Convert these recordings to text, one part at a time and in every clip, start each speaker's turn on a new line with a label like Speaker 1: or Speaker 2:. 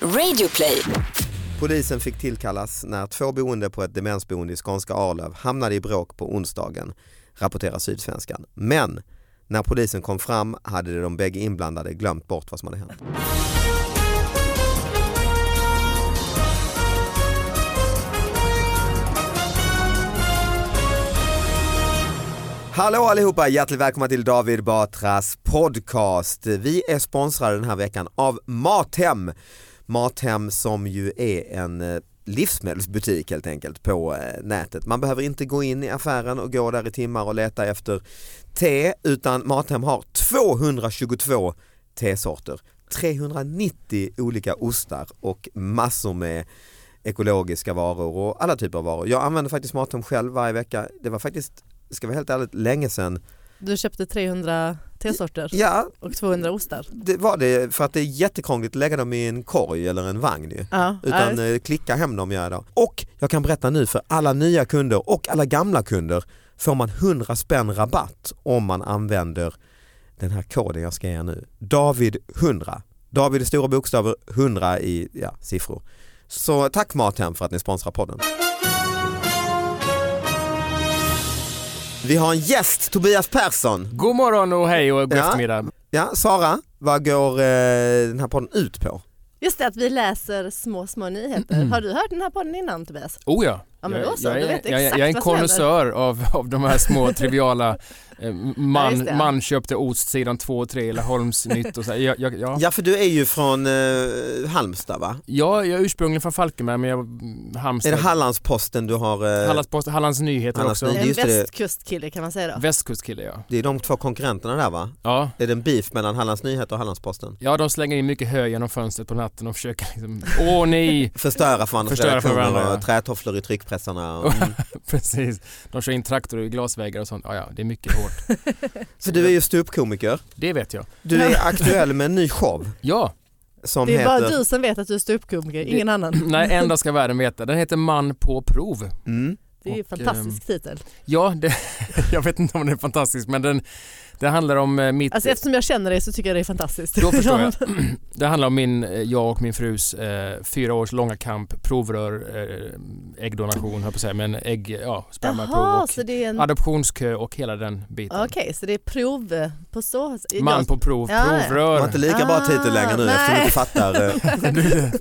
Speaker 1: Radioplay.
Speaker 2: Polisen fick tillkallas när två boende på ett demensboende i skånska Arlöv hamnade i bråk på onsdagen, rapporterar Sydsvenskan. Men när polisen kom fram hade de bägge inblandade glömt bort vad som hade hänt. Hallå allihopa, hjärtligt välkomna till David Batras podcast. Vi är sponsrade den här veckan av Mathem. Mathem som ju är en eh, livsmedelsbutik helt enkelt på eh, nätet. Man behöver inte gå in i affären och gå där i timmar och leta efter te utan Mathem har 222 tesorter, 390 olika ostar och massor med ekologiska varor och alla typer av varor. Jag använder faktiskt Mathem själv varje vecka. Det var faktiskt, ska vara helt ärligt, länge sedan.
Speaker 3: Du köpte 300 tesorter
Speaker 2: Ja,
Speaker 3: och 200 ostar.
Speaker 2: det var det för att det är jättekrångligt att lägga dem i en korg eller en vagn ju.
Speaker 3: Ja,
Speaker 2: Utan
Speaker 3: nej.
Speaker 2: eh, klicka hem dem gör jag idag. Och jag kan berätta nu för alla nya kunder och alla gamla kunder får man 100 spänn rabatt om man använder den här koden jag ska ge er nu. David 100. David i stora bokstäver, 100 i ja, siffror. Så tack Mathem för att ni sponsrar podden. Vi har en gäst, Tobias Persson.
Speaker 4: God morgon och hej och god
Speaker 2: Ja.
Speaker 4: eftermiddag.
Speaker 2: Ja, Sara, vad går eh, den här podden ut på?
Speaker 3: Just det, att vi läser små, små nyheter.
Speaker 4: Mm.
Speaker 3: Har du hört den här podden innan Tobias?
Speaker 4: Oh ja.
Speaker 3: Ja, men
Speaker 4: jag,
Speaker 3: då så,
Speaker 4: jag,
Speaker 3: då
Speaker 4: är-
Speaker 3: vet du
Speaker 4: jag,
Speaker 3: exakt
Speaker 4: jag är en
Speaker 3: vad som
Speaker 4: konnässör av, av de här små triviala eh, man,
Speaker 3: just det.
Speaker 4: man köpte ost sidan 2 och 3 eller Holmsnytt och så. här. Jag, jag, ja.
Speaker 2: Ja, för du är ju från eh, Halmstad va?
Speaker 4: Ja, jag är ursprungligen från Falkenberg men jag mm,
Speaker 2: Är
Speaker 4: Halmstad.
Speaker 2: det Hallandsposten du har? eh,
Speaker 4: Hallands, Post- Hallands Nyheter
Speaker 2: Hallands
Speaker 4: också.
Speaker 2: Nyheter.
Speaker 3: En
Speaker 2: just det.
Speaker 3: västkustkille kan man säga då.
Speaker 4: Västkustkille ja.
Speaker 2: Det är de två konkurrenterna där va?
Speaker 4: ja.
Speaker 2: Är det en beef mellan Hallands Nyheter och Hallandsposten?
Speaker 4: Ja, de slänger in mycket hö genom fönstret på natten och försöker liksom, åh nej,
Speaker 2: Förstöra för andras
Speaker 4: Förstöra för
Speaker 2: redaktioner
Speaker 4: varandra, ja.
Speaker 2: och trätofflor i tryckpressarna. Och, mm.
Speaker 4: precis. De kör in traktorer i glasväggar och sånt. Ja, ja, det är mycket hårt.
Speaker 2: Så du är ju ståuppkomiker.
Speaker 4: Det vet jag.
Speaker 2: Du är aktuell med en ny show
Speaker 4: Ja,
Speaker 2: som
Speaker 3: Det är bara
Speaker 2: heter...
Speaker 3: du som vet att du är ståuppkomiker, ingen annan.
Speaker 4: nej, enda ska världen veta. Den heter Man på prov.
Speaker 2: Mm.
Speaker 3: Det är ju en
Speaker 4: Och, ehm,
Speaker 3: fantastisk titel.
Speaker 4: Ja, det, jag vet inte om den är fantastisk men den, det handlar om eh, mitt...
Speaker 3: Alltså eftersom jag känner dig så tycker jag det är fantastiskt.
Speaker 4: då förstår jag. Det handlar om min, eh, jag och min frus eh, fyra års långa kamp, provrör, eh, äggdonation höll jag på att säga, men ägg, ja, spermaprov
Speaker 3: Jaha,
Speaker 4: och
Speaker 3: så det är en...
Speaker 4: adoptionskö och hela den biten.
Speaker 3: Okej, så det är prov på så sätt.
Speaker 4: Man på prov,
Speaker 3: Ja, ja.
Speaker 2: Var
Speaker 4: provrör.
Speaker 2: inte lika bra titel längre nu
Speaker 3: Ah,
Speaker 2: eftersom du
Speaker 3: nej.
Speaker 2: inte fattar. eh.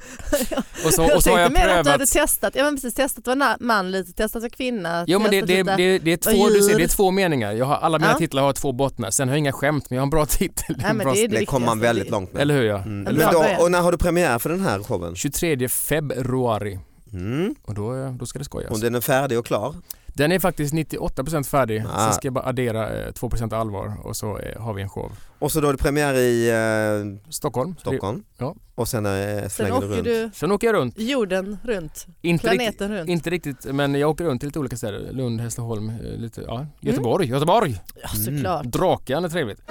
Speaker 4: Och så,
Speaker 3: Jag
Speaker 4: och så har
Speaker 3: tänkte
Speaker 4: jag
Speaker 3: mer att du
Speaker 4: prövat...
Speaker 3: hade testat, ja men precis testat var na- man lite, testat var kvinna,
Speaker 4: Jo men det,
Speaker 3: testat
Speaker 4: det,
Speaker 3: lite-
Speaker 4: det, det, är två,
Speaker 3: Och
Speaker 4: du ser, det är
Speaker 3: djur.
Speaker 4: två meningar. Jag har, alla mina
Speaker 3: Ja.
Speaker 4: titlar har två bottnar. Sen har jag inga skämt men jag har en bra titel.
Speaker 3: Nej, men det är
Speaker 2: Det kommer man
Speaker 3: viktigaste.
Speaker 2: väldigt långt med.
Speaker 4: Eller hur ja.
Speaker 2: Mm.
Speaker 3: En
Speaker 2: Men
Speaker 3: bra
Speaker 2: då,
Speaker 3: början.
Speaker 2: och när har du premiär för den här showen?
Speaker 4: 23 februari
Speaker 2: Mm.
Speaker 4: och då, eh, då ska det skojas.
Speaker 2: Och den är färdig och klar?
Speaker 4: Den är faktiskt 98% färdig.
Speaker 2: Ah.
Speaker 4: Sen ska jag bara addera eh, 2% allvar och så eh, har vi en show.
Speaker 2: Och så då är det premiär i eh,
Speaker 4: Stockholm.
Speaker 2: Stockholm.
Speaker 4: Ja.
Speaker 2: Och sen eh,
Speaker 3: Sen
Speaker 2: slänger du
Speaker 3: åker
Speaker 2: runt.
Speaker 3: du
Speaker 4: Sen åker jag runt.
Speaker 3: jorden runt,
Speaker 4: Inte riktigt,
Speaker 3: planeten runt.
Speaker 4: inte riktigt, men jag åker runt till lite olika städer. Lund, Hässleholm, eh, lite, ja, Göteborg, Göteborg!
Speaker 3: Mm. Ja,
Speaker 2: Mm.
Speaker 3: såklart.
Speaker 4: Draken är trevligt.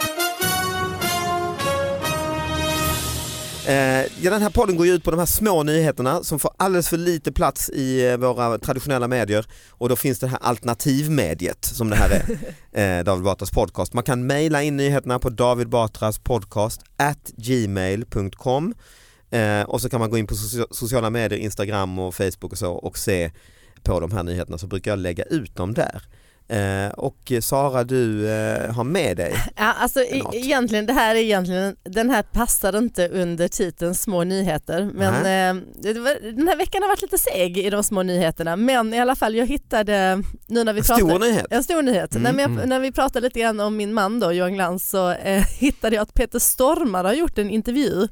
Speaker 2: Eh, ja, den här podden går ju ut på de här små nyheterna som får alldeles för lite plats i eh, våra traditionella medier och då finns det här alternativmediet som det här är, eh, David Batras podcast. Man kan mejla in nyheterna på davidbatraspodcast at gmail.com eh, och så kan man gå in på socia- sociala medier, Instagram och Facebook och så och se på de här nyheterna så brukar jag lägga ut dem där. Eh, och eh, Sara du eh, har med dig
Speaker 3: Ja, alltså, e-
Speaker 2: Något.
Speaker 3: egentligen, det här är egentligen, den här passar inte under titeln små nyheter. Men eh, det var, den här veckan har varit lite seg i de små nyheterna. Men i alla fall, jag hittade, nu när vi
Speaker 2: en stor
Speaker 3: pratade,
Speaker 2: nyhet.
Speaker 3: en stor nyhet.
Speaker 2: Mm.
Speaker 3: När, jag, när vi pratade lite grann om min man då, Johan Glans, så eh, hittade jag att Peter Stormare har gjort en intervju.
Speaker 2: Mhm.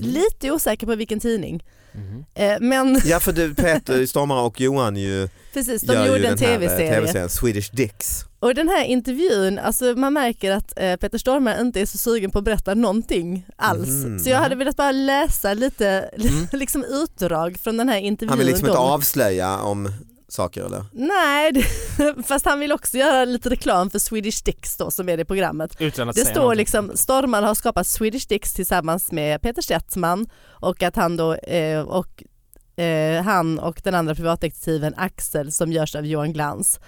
Speaker 3: Lite osäker på vilken tidning.
Speaker 4: Mhm.
Speaker 3: Eh, men
Speaker 2: Ja för du Peter Stormare och Johan ju
Speaker 3: precis, de
Speaker 2: gör ju
Speaker 3: gjorde en
Speaker 2: den här, eh,
Speaker 3: tv-serie.
Speaker 2: TV-serien Swedish Dicks.
Speaker 3: Och den här intervjun, alltså man märker att eh, Peter Stormare inte är så sugen på att berätta någonting alls.
Speaker 2: Mm.
Speaker 3: Så jag hade velat bara läsa lite liksom utdrag från den här intervjun.
Speaker 2: Han vill liksom inte
Speaker 3: då.
Speaker 2: avslöja om saker eller?
Speaker 3: Nej, det- fast han vill också göra lite reklam för Swedish Dicks då som är det programmet.
Speaker 4: Utan att
Speaker 3: Det
Speaker 4: säga
Speaker 3: står
Speaker 4: någonting.
Speaker 3: liksom Stormare har skapat Swedish Dicks tillsammans med Peter Settman och att han då eh, och eh, han och den andra privatdetektiven Axel som görs av Johan Glans.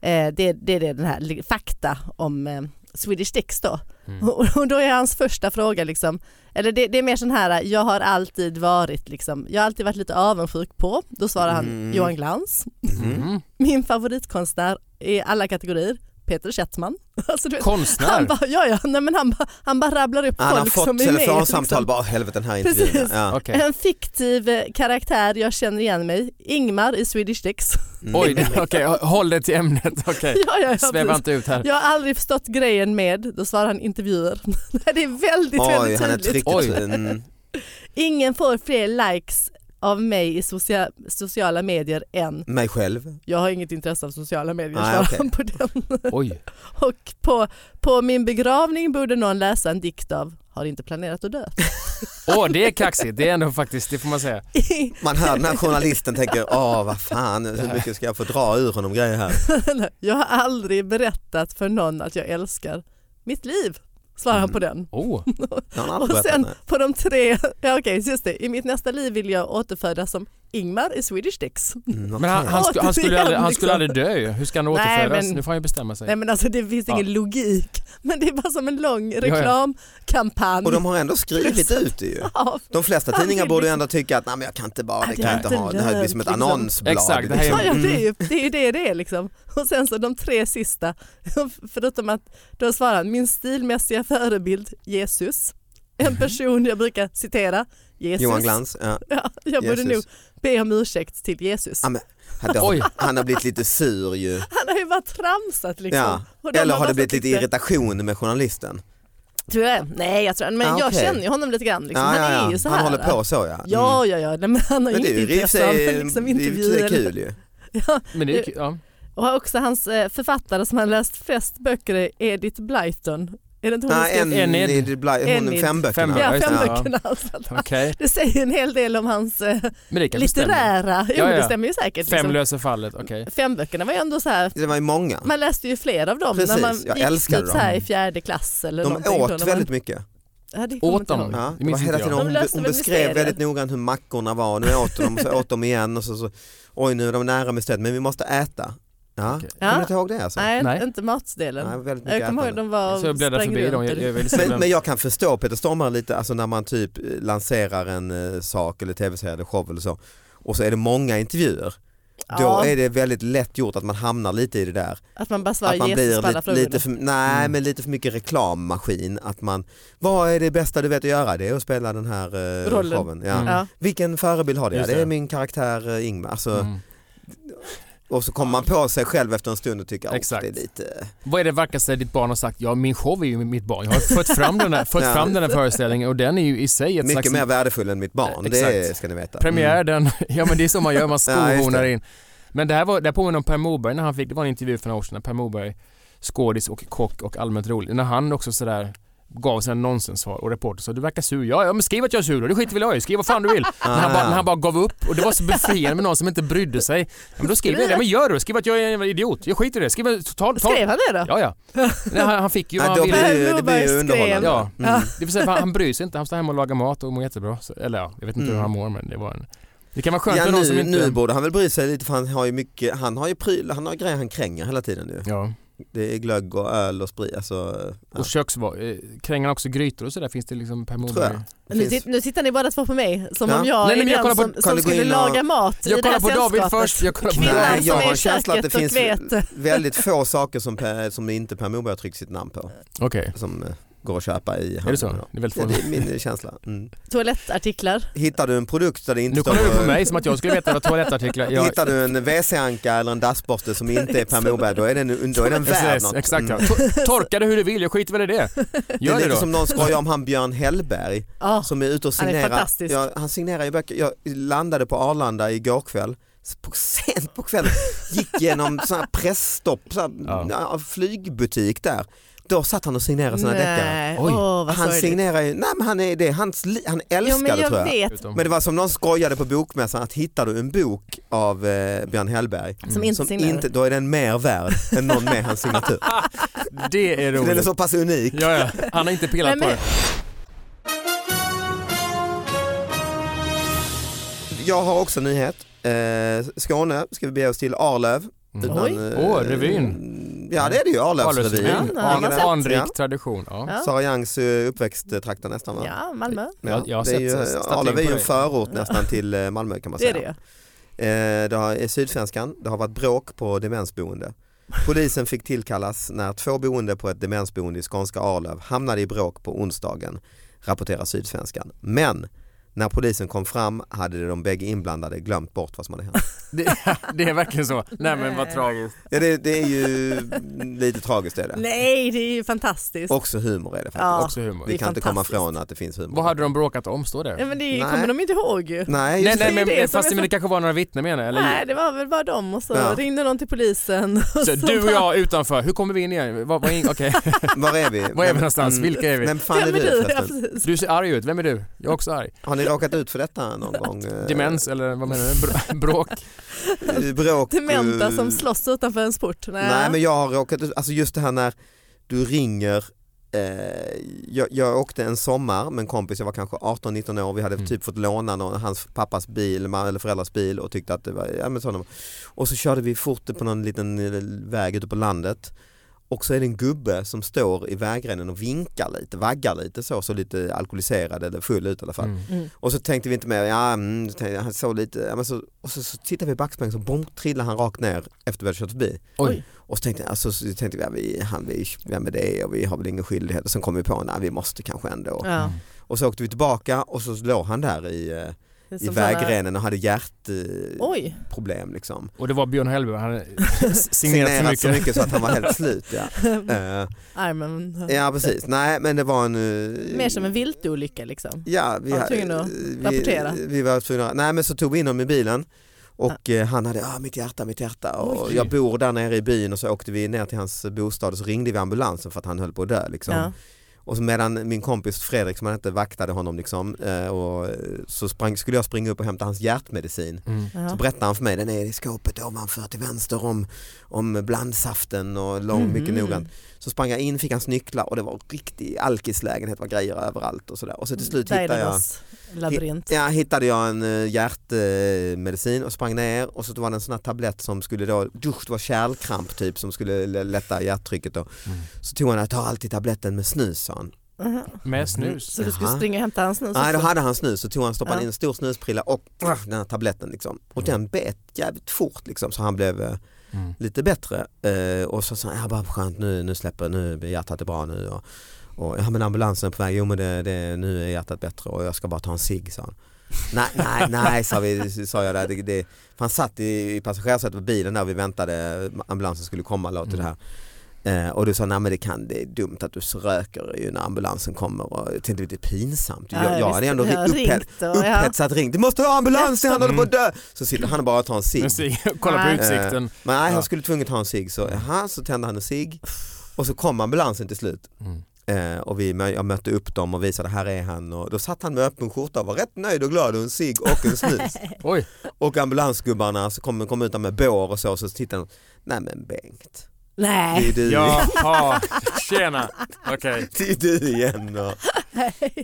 Speaker 3: Eh, det, det är det den här li- fakta om, eh, Swedish Dicks då.
Speaker 4: Mm.
Speaker 3: Och och då är hans första fråga liksom, eller det, det är mer sån här, jag har alltid varit liksom, jag har alltid varit lite avundsjuk på, då svarar han
Speaker 2: Mm.
Speaker 3: Johan Glans.
Speaker 2: Mhm.
Speaker 4: Mm.
Speaker 3: Min favoritkonstnär i alla kategorier, Peter Schettman. Alltså, du vet, han
Speaker 4: Konstnär.
Speaker 3: bara, ja ja, nej, men han, bara- han bara rabblar upp
Speaker 2: Han har
Speaker 3: folk som
Speaker 2: fått
Speaker 3: är med.
Speaker 2: telefonsamtal
Speaker 3: liksom.
Speaker 2: bara, helvete den här intervjun.
Speaker 3: Precis.
Speaker 2: Ja.
Speaker 4: Okej.
Speaker 3: En fiktiv eh, karaktär, jag känner igen mig, Ingmar i Swedish Dicks.
Speaker 2: Mm.
Speaker 4: Oj, det- okej, håll det till ämnet. Okej.
Speaker 3: ja, ja, ja,
Speaker 4: Sväva
Speaker 3: precis.
Speaker 4: inte ut här.
Speaker 3: Jag har aldrig förstått grejen med, då svarar han intervjuer. Nej, det är väldigt,
Speaker 2: Oj,
Speaker 3: väldigt
Speaker 2: han är
Speaker 3: tydligt.
Speaker 2: tryckt.
Speaker 4: Oj.
Speaker 2: Mm.
Speaker 3: Ingen får fler likes av mig i socia sociala medier än
Speaker 2: Mig själv.
Speaker 3: jag har inget intresse av sociala medier,
Speaker 2: Nej,
Speaker 3: svarar
Speaker 2: okej.
Speaker 3: han på den.
Speaker 4: Oj.
Speaker 3: Och på, på min begravning borde någon läsa en dikt av har inte planerat att dö.
Speaker 4: Åh, det är kaxigt. Det är ändå faktiskt, det får man säga.
Speaker 2: Man hör den här journalisten tänker, åh vad fan, hur mycket ska jag få dra ur honom grejer här?
Speaker 3: jag har aldrig berättat för någon att jag älskar mitt liv, svarar han på den.
Speaker 4: Åh,
Speaker 2: Det har han
Speaker 3: Och
Speaker 2: Mm. aldrig berättat.
Speaker 3: sen
Speaker 2: nej.
Speaker 3: på de tre, ja okej just det, i mitt nästa liv vill jag återfödas som Ingmar i Swedish Dicks.
Speaker 2: Mm,
Speaker 4: Men han,
Speaker 2: okej.
Speaker 4: han, sku- han, skulle
Speaker 3: Återigen,
Speaker 4: aldrig, han skulle
Speaker 3: liksom.
Speaker 4: aldrig dö ju. Hur ska han
Speaker 3: Nej,
Speaker 4: återfödas?
Speaker 3: men-
Speaker 4: Nu får han ju bestämma sig.
Speaker 3: Nej men alltså det finns ingen logik, men det är bara som en lång reklamkampanj.
Speaker 2: Och de har ändå skrivit ut det ju.
Speaker 3: Ja,
Speaker 2: De flesta tidningar borde
Speaker 3: liksom-
Speaker 2: ju ändå tycka att nej men jag kan inte bara, det
Speaker 3: Nej,
Speaker 2: kan jag inte ha, det här blir som ett
Speaker 3: Liksom.
Speaker 2: annonsblad.
Speaker 4: Exakt, det här är-
Speaker 2: liksom.
Speaker 3: Ja, ja, det är ju det är ju det, det är liksom. Och sen så de tre sista, förutom att då svarar han min stilmässiga förebild Jesus. En person jag brukar citera, Jesus.
Speaker 2: Mm-hmm. Johan Glans, ja.
Speaker 3: Ja, jag borde nog
Speaker 2: Jesus.
Speaker 3: be om ursäkt till Jesus.
Speaker 2: Ja, men Han,
Speaker 4: Oj.
Speaker 2: har, han har blivit lite sur ju.
Speaker 3: Han har ju bara tramsat liksom.
Speaker 2: Ja.
Speaker 3: Och de
Speaker 2: Eller har
Speaker 3: bara
Speaker 2: det blivit
Speaker 3: tyckte-
Speaker 2: lite irritation med journalisten?
Speaker 3: Tror jag. Nej, jag tror Men
Speaker 2: Ah,
Speaker 3: jag
Speaker 2: okej.
Speaker 3: känner ju honom lite grann. Liksom.
Speaker 2: Ja,
Speaker 3: han
Speaker 2: ja,
Speaker 3: är
Speaker 2: ja.
Speaker 3: ju så här.
Speaker 2: han håller på så ja. Mm.
Speaker 3: Ja, ja, ja. Nej, men han har
Speaker 2: Men
Speaker 3: ju
Speaker 2: det är
Speaker 3: inget
Speaker 2: ju i och för
Speaker 3: intresse av
Speaker 2: sig-
Speaker 3: liksom,
Speaker 2: det är ju i och för sig
Speaker 3: intervjuer.
Speaker 2: kul ju.
Speaker 3: Ja,
Speaker 4: Men det är ju kul. Ja.
Speaker 3: Och har också hans eh, författare som han läst flest böcker är Edith Blyton. Är det inte hon som
Speaker 2: Nej,
Speaker 3: skrev-
Speaker 2: en,
Speaker 4: Enid.
Speaker 2: Enid. Bly, hon
Speaker 3: Enid.
Speaker 2: femböckerna.
Speaker 4: Ja,
Speaker 3: Ja,
Speaker 4: just
Speaker 3: fem
Speaker 4: det.
Speaker 3: böckerna. Alltså, att han-
Speaker 4: Okej.
Speaker 3: det säger ju en hel del om hans eh,
Speaker 4: Men det kan väl stämma.
Speaker 3: litterära, jo
Speaker 4: Ja, ja.
Speaker 3: det stämmer ju säkert.
Speaker 4: Fem
Speaker 3: liksom.
Speaker 4: löser fallet, okej.
Speaker 3: fem böckerna var ju ändå så här,
Speaker 2: Det var ju många.
Speaker 3: man läste ju fler av dem
Speaker 2: Precis,
Speaker 3: när man
Speaker 2: jag
Speaker 3: gick
Speaker 2: älskade
Speaker 3: typ
Speaker 2: dem.
Speaker 3: så här i fjärde klass eller
Speaker 2: De
Speaker 3: någonting. då,
Speaker 2: åt
Speaker 3: när
Speaker 2: väldigt mycket.
Speaker 3: Ja, det kommer
Speaker 4: Åt
Speaker 3: inte
Speaker 4: de?
Speaker 3: ihåg.
Speaker 2: Ja,
Speaker 4: Det
Speaker 2: det var
Speaker 4: minns
Speaker 2: hela
Speaker 4: inte jag.
Speaker 2: tiden
Speaker 3: De
Speaker 2: hon,
Speaker 3: löste
Speaker 2: hon
Speaker 3: väl
Speaker 2: beskrev
Speaker 3: mysterier.
Speaker 2: väldigt noggrant hur mackorna var, nu åt de dem, så åt de igen och så, så oj nu är de nära med stöd men vi måste äta. Ja,
Speaker 4: Okej.
Speaker 2: kommer
Speaker 3: Ja.
Speaker 2: du inte ihåg det alltså?
Speaker 3: Nej,
Speaker 4: Nej.
Speaker 3: inte matdelen.
Speaker 2: Nej, väldigt mycket
Speaker 3: jag kommer ihåg
Speaker 2: ätande.
Speaker 3: de var
Speaker 4: Så jag bläddrade
Speaker 3: sprang
Speaker 4: förbi dem. Jag,
Speaker 3: runt.
Speaker 4: jag vill se
Speaker 2: Men,
Speaker 4: vem.
Speaker 2: men jag kan förstå Peter Stormare lite, alltså när man typ eh, lanserar en eh, sak eller tv-serie eller show eller så och så är det många intervjuer. Då
Speaker 3: Ja.
Speaker 2: är det väldigt lätt gjort att man hamnar lite i det där.
Speaker 3: Att man bara svarar
Speaker 2: att man
Speaker 3: Jesus
Speaker 2: blir
Speaker 3: på alla
Speaker 2: lite,
Speaker 3: frågorna.
Speaker 2: lite, för, nej,
Speaker 4: Mm.
Speaker 2: men lite för mycket reklammaskin. Att man, vad är det bästa du vet att göra? Det är att spela den här eh,
Speaker 3: Rollen.
Speaker 2: showen. Ja.
Speaker 4: Mm.
Speaker 3: ja.
Speaker 2: Vilken förebild har du? Ja,
Speaker 4: Just
Speaker 2: det
Speaker 4: det.
Speaker 2: är min karaktär eh, Ingmar. Alltså,
Speaker 4: Mm.
Speaker 2: Och så kommer man på sig själv efter en stund och tycker att
Speaker 4: Exakt.
Speaker 2: det är lite...
Speaker 4: Vad är det vackraste ditt barn har sagt? Ja, min show är ju mitt barn. Jag har fött fram den här, fött
Speaker 2: Ja.
Speaker 4: fram den här föreställningen och den är ju i sig ett
Speaker 2: Mycket
Speaker 4: slags
Speaker 2: mer värdefull än mitt barn,
Speaker 4: Exakt.
Speaker 2: det ska ni veta. Mm.
Speaker 4: Mm. premiär. Den, ja, men det är så man gör, man
Speaker 2: Ja, just
Speaker 4: storhonar
Speaker 2: det.
Speaker 4: in. Men det här, var, det här påminner om Per Morberg när han fick, det var en intervju för några år sedan, när Per Morberg, skådis och kock och allmänt rolig, när han också sådär gav sina nonsenssvar och reportern sa du verkar sur. Ja, ja men skriv att jag är sur då, det skiter väl jag i. Skriv vad fan du vill.
Speaker 2: Ah,
Speaker 4: När han, bara,
Speaker 2: ja.
Speaker 4: när han bara gav upp och det var så befriande med någon som inte brydde sig. Ja, men då skriver jag det. Men gör du Skriv att jag är en jävla idiot. Jag skiter i det. Skriv, ta, ta.
Speaker 3: Skrev han det då?
Speaker 4: Ja, ja. Nej, han, han fick ju vad
Speaker 2: Nej,
Speaker 4: han
Speaker 2: då
Speaker 4: ville.
Speaker 2: blir det, ju- det
Speaker 3: Morberg
Speaker 2: blir ju
Speaker 3: skrev.
Speaker 2: underhållande.
Speaker 4: Ja.
Speaker 2: Mm.
Speaker 4: Det vill säga, han, han bryr sig inte. Han står hemma och lagar mat och mår jättebra. Så, eller ja, jag vet inte hur
Speaker 2: Mm.
Speaker 4: han mår men det var en... Det kan vara skönt
Speaker 2: Ja,
Speaker 4: för någon som
Speaker 2: nu,
Speaker 4: inte...
Speaker 2: nu borde han väl bry sig lite för han har ju mycket, han har ju prylar, han har grejer han kränger hela tiden nu.
Speaker 4: Ja,
Speaker 2: Det är glögg och öl och sprit, alltså. Ja.
Speaker 4: och köksvar... eh, Kränger han också grytor och sådär? Finns det liksom Per
Speaker 2: Tror
Speaker 4: Morberg?
Speaker 2: jag. Det
Speaker 3: Nu,
Speaker 2: finns-
Speaker 3: sit- nu tittar ni båda två på mig som
Speaker 2: Ja.
Speaker 3: om jag
Speaker 4: Nej, nej, men jag
Speaker 3: är
Speaker 4: kollar
Speaker 3: den
Speaker 2: kan
Speaker 3: som,
Speaker 4: på-
Speaker 3: som
Speaker 2: du gå
Speaker 3: skulle
Speaker 2: in och-
Speaker 3: laga mat i
Speaker 4: Jag
Speaker 3: det här
Speaker 4: kollar på David
Speaker 3: sällskapet.
Speaker 4: först. Jag kollar på
Speaker 3: Kvinnan
Speaker 2: Nej, jag
Speaker 3: som
Speaker 2: har
Speaker 3: är
Speaker 2: en
Speaker 3: i
Speaker 2: känsla att det
Speaker 3: köket och
Speaker 2: finns-
Speaker 3: vet.
Speaker 2: Väldigt få saker som, Per, som inte Per Morberg har tryckt sitt namn på
Speaker 4: Okej,
Speaker 2: som eh, går att köpa i
Speaker 4: är det
Speaker 2: handeln.
Speaker 4: så?
Speaker 2: idag.
Speaker 4: Det är väldigt
Speaker 2: Ja,
Speaker 4: få...
Speaker 2: det är min känsla. Mm.
Speaker 3: Toalettartiklar.
Speaker 2: Hittar du en produkt där det inte
Speaker 4: Nu kollar du
Speaker 2: står
Speaker 4: på mig som att jag skulle veta vad toalettartiklar... Jag...
Speaker 2: Hittar du en WC-anka eller en dassborste som inte är Per Morberg då är den, då är den värd
Speaker 4: Precis,
Speaker 2: något.
Speaker 4: exakt ja.
Speaker 2: Mm.
Speaker 4: Tor- Torka det hur du vill, jag skiter väl i det. Gör
Speaker 2: det
Speaker 4: det,
Speaker 2: är lite
Speaker 4: då.
Speaker 2: som någon skojar om han Björn Hellberg
Speaker 3: Ja,
Speaker 2: som är ute och
Speaker 3: Han är
Speaker 2: signerar.
Speaker 3: fantastisk.
Speaker 2: ja, han signerar ju böcker. Jag landade på Arlanda igår kväll, S- på, sent på kvällen, gick genom sådana här presstopp, så här,
Speaker 4: Ja.
Speaker 2: ja, flygbutik där. Då satt han och signerade sina deckare.
Speaker 3: nej,
Speaker 4: Oj.
Speaker 3: åh vad
Speaker 2: Han
Speaker 3: sorgligt.
Speaker 2: signerar ju, nej men han, är, det är hans, li- han älskar
Speaker 3: Jo men
Speaker 2: det
Speaker 3: jag
Speaker 2: tror jag.
Speaker 3: vet
Speaker 4: Utom-
Speaker 2: Men det var som någon skojade på bokmässan att hittar du en bok av eh, Björn Hellberg
Speaker 4: Mm.
Speaker 3: som inte
Speaker 2: som
Speaker 3: signerar.
Speaker 2: inte, då är den mer värd än någon med hans signatur.
Speaker 4: Det är
Speaker 2: För Den är
Speaker 4: roligt.
Speaker 2: så pass unik.
Speaker 4: Ja, ja. Han har inte pillat
Speaker 3: Nej,
Speaker 4: på
Speaker 3: men-
Speaker 4: det.
Speaker 2: Jag har också en nyhet. Eh, Skåne ska vi bege oss till Arlöv.
Speaker 4: Mm.
Speaker 2: Utan,
Speaker 3: Oj.
Speaker 2: eh,
Speaker 4: Åh, revyn.
Speaker 2: mm, Ja det är det ju, Arlövsrevyn.
Speaker 3: Ja, det har man
Speaker 2: Vilken-
Speaker 3: sett.
Speaker 4: Anrik
Speaker 2: Ja.
Speaker 4: tradition. Ja.
Speaker 3: Ja.
Speaker 2: Sara Youngs eh, uppväxttrakter nästan va?
Speaker 3: Ja, Malmö.
Speaker 4: Jag- jag har
Speaker 2: det är
Speaker 4: sett
Speaker 2: ju, eh,
Speaker 4: statyn
Speaker 2: Arlöv är
Speaker 4: på
Speaker 2: ju en
Speaker 4: dig.
Speaker 2: förort nästan till eh, Malmö kan man
Speaker 3: Det
Speaker 2: säga.
Speaker 3: är det ju.
Speaker 2: Eh, Det har, i Sydsvenskan, det har varit bråk på demensboende. Polisen fick tillkallas när två boende på ett demensboende i skånska Arlöv hamnade i bråk på onsdagen, rapporterar Sydsvenskan. Men när polisen kom fram hade de bägge inblandade glömt bort vad som hade hänt.
Speaker 4: Det, det är verkligen så. Nej men vad tragiskt.
Speaker 2: Ja, det, det är ju lite tragiskt är det.
Speaker 3: Nej, det är ju fantastiskt.
Speaker 2: Också humor är det faktiskt.
Speaker 3: Ja.
Speaker 4: Också humor.
Speaker 3: det
Speaker 2: Vi
Speaker 3: är
Speaker 2: kan inte komma
Speaker 3: fantastiskt.
Speaker 2: ifrån att det finns humor.
Speaker 4: Vad hade de bråkat om? Står det?
Speaker 3: Ja, men det är-
Speaker 2: Nej.
Speaker 3: kommer de inte ihåg ju.
Speaker 2: Nej,
Speaker 4: Nej,
Speaker 2: just
Speaker 4: nej
Speaker 3: det är
Speaker 4: men,
Speaker 3: det som
Speaker 4: fast
Speaker 3: är
Speaker 4: det,
Speaker 3: så-
Speaker 4: men det kanske var några vittnen menar jag, eller?
Speaker 3: Nej, det var väl bara de och så
Speaker 2: Ja.
Speaker 3: ringde någon till polisen. Och
Speaker 4: Så,
Speaker 3: så
Speaker 4: du och
Speaker 3: bara,
Speaker 4: jag utanför, hur kommer vi in igen? Var, var in, okej.
Speaker 2: det. Var är vi?
Speaker 4: Var är vi någonstans?
Speaker 2: Mm.
Speaker 4: Vilka är vi?
Speaker 2: Vem fan är
Speaker 3: "Vem är
Speaker 2: du
Speaker 3: du?" Ja,
Speaker 2: förresten?
Speaker 3: precis.
Speaker 4: Du ser arg ut, vem är du? Jag är också arg.
Speaker 2: Har ni råkat ut för detta någon gång? Eh,
Speaker 4: Demens eller vad menar du? Br- Bråk?
Speaker 2: Bråk?
Speaker 3: Dementa
Speaker 2: eh,
Speaker 3: som slåss utanför ens port. Nej.
Speaker 2: Nej men jag har råkat ut, alltså just det här när du ringer Eh, jag, jag åkte en sommar med en kompis, jag var kanske 18-19 år, vi hade
Speaker 4: Mm.
Speaker 2: typ fått låna någon, hans pappas bil ma- eller föräldrars bil och tyckte att det var, ja men sådana. Och så körde vi fort på någon liten eh, väg ute på landet och så är det en gubbe som står i vägrenen och vinkar lite, vaggar lite så, så lite alkoholiserad eller full ut i alla fall.
Speaker 4: Mm.
Speaker 3: Mm.
Speaker 2: Och så tänkte vi inte mer, ja, mm, så tänkte jag, han såg lite, ja, men så, och så, så tittade vi i backspegeln så bom, trillade han rakt ner efter vi hade kört förbi.
Speaker 4: Oj.
Speaker 2: Och så tänkte, jag, alltså, så tänkte vi, ja, vi, han, vi, vem är det och vi har väl ingen skyldighet. Och sen kom vi på, nej vi måste kanske ändå.
Speaker 3: Ja,
Speaker 2: Och så åkte vi tillbaka och så låg han där i, eh,
Speaker 3: det är
Speaker 2: i
Speaker 3: som såna-
Speaker 2: vägrenen och hade hjärtproblem
Speaker 3: Oj,
Speaker 2: liksom.
Speaker 4: Och det var Björn Hellberg, han hade signerat,
Speaker 2: Signerat
Speaker 4: så mycket.
Speaker 2: så mycket så att han var helt slut. Ja, Eh,
Speaker 3: armen.
Speaker 2: ja precis, nej men det var en... eh,
Speaker 3: Mer som en viltolycka liksom.
Speaker 2: Ja, vi,
Speaker 3: Var
Speaker 2: ha-
Speaker 3: tvungen att rapportera?
Speaker 2: vi, vi var tvungna. Nej men så tog vi in honom i bilen och eh, han hade, ah, mitt hjärta, mitt hjärta. Och
Speaker 4: Oj.
Speaker 2: jag bor där nere i byn och så åkte vi ner till hans bostad och så ringde vi ambulansen för att han höll på att dö. Liksom.
Speaker 3: Ja.
Speaker 2: Och så medan min kompis Fredrik som han hette vaktade honom liksom, eh, och eh, så sprang, skulle jag springa upp och hämta hans hjärtmedicin.
Speaker 4: Mm.
Speaker 2: Så
Speaker 3: Ja.
Speaker 2: berättade han för mig, den är i skåpet ovanför till vänster om, om blandsaften och lång, mycket
Speaker 3: Mhm.
Speaker 2: noggrant. Så sprang jag in, fick hans nycklar och det var riktig alkislägenhet, var grejer överallt och sådär. Och så till slut hittade jag
Speaker 3: Daidalos labyrint.
Speaker 2: Ja, hittade jag en eh, hjärtmedicin och sprang ner och så var det en sån här tablett som skulle då, dusch, det var kärlkramp typ som skulle l- lätta hjärttrycket då.
Speaker 4: Mm.
Speaker 2: Så tog han att ta alltid tabletten med snus sa han.
Speaker 3: Aha.
Speaker 4: Med snus.
Speaker 3: Så du skulle
Speaker 2: Mm. Jaha.
Speaker 3: springa och hämta hans snus?
Speaker 2: Nej då
Speaker 3: också?
Speaker 2: hade han snus så tog han, stoppade
Speaker 3: Ja.
Speaker 2: in en stor snusprilla och den här tabletten liksom. Och den bet jävligt fort liksom så han blev eh,
Speaker 4: Mm.
Speaker 2: lite bättre. Eh, och så sa han, ja bara skönt nu, nu släpper, nu är hjärtat är bra nu. Och, och ja men ambulansen är på väg, jo men det, det, nu är hjärtat bättre och jag ska bara ta en cigg sa han. nej, nej, nej sa, vi, sa jag där. Det, det, för han satt i, i passagerarsätet på bilen där vi väntade ambulansen skulle komma eller
Speaker 3: Mm.
Speaker 2: till det här. Eh, och du sa, nej men det, kan, det är dumt att du röker ju när ambulansen kommer. Och jag tänkte, det är pinsamt.
Speaker 3: Ja,
Speaker 2: jag, jag hade
Speaker 3: visst.
Speaker 2: ändå
Speaker 3: Jag har
Speaker 2: ringt, upphe-
Speaker 3: ringt och, ja.
Speaker 2: upphetsat ringt, du måste ha ambulansen, han håller på att dö. Så sitter han och bara tar en cigg.
Speaker 4: Men sig, kolla på
Speaker 3: Nej.
Speaker 4: utsikten.
Speaker 2: Men nej, han
Speaker 4: Ja.
Speaker 2: skulle tvunget ha en cigg så,
Speaker 3: Mm.
Speaker 2: aha, så tände han en cigg och så kom ambulansen till slut.
Speaker 4: Mm.
Speaker 2: Eh, och vi, mö- jag mötte upp dem och visade här är han och då satt han med öppen skjorta och var rätt nöjd och glad och en cigg och en snus.
Speaker 4: Oj,
Speaker 2: och ambulansgubbarna så kom, kom ut där med bår och så, så tittade de, nej men Bengt, det är
Speaker 3: Nej.
Speaker 2: du,
Speaker 4: jaha, tjena. Okej.
Speaker 2: det är du igen. Och,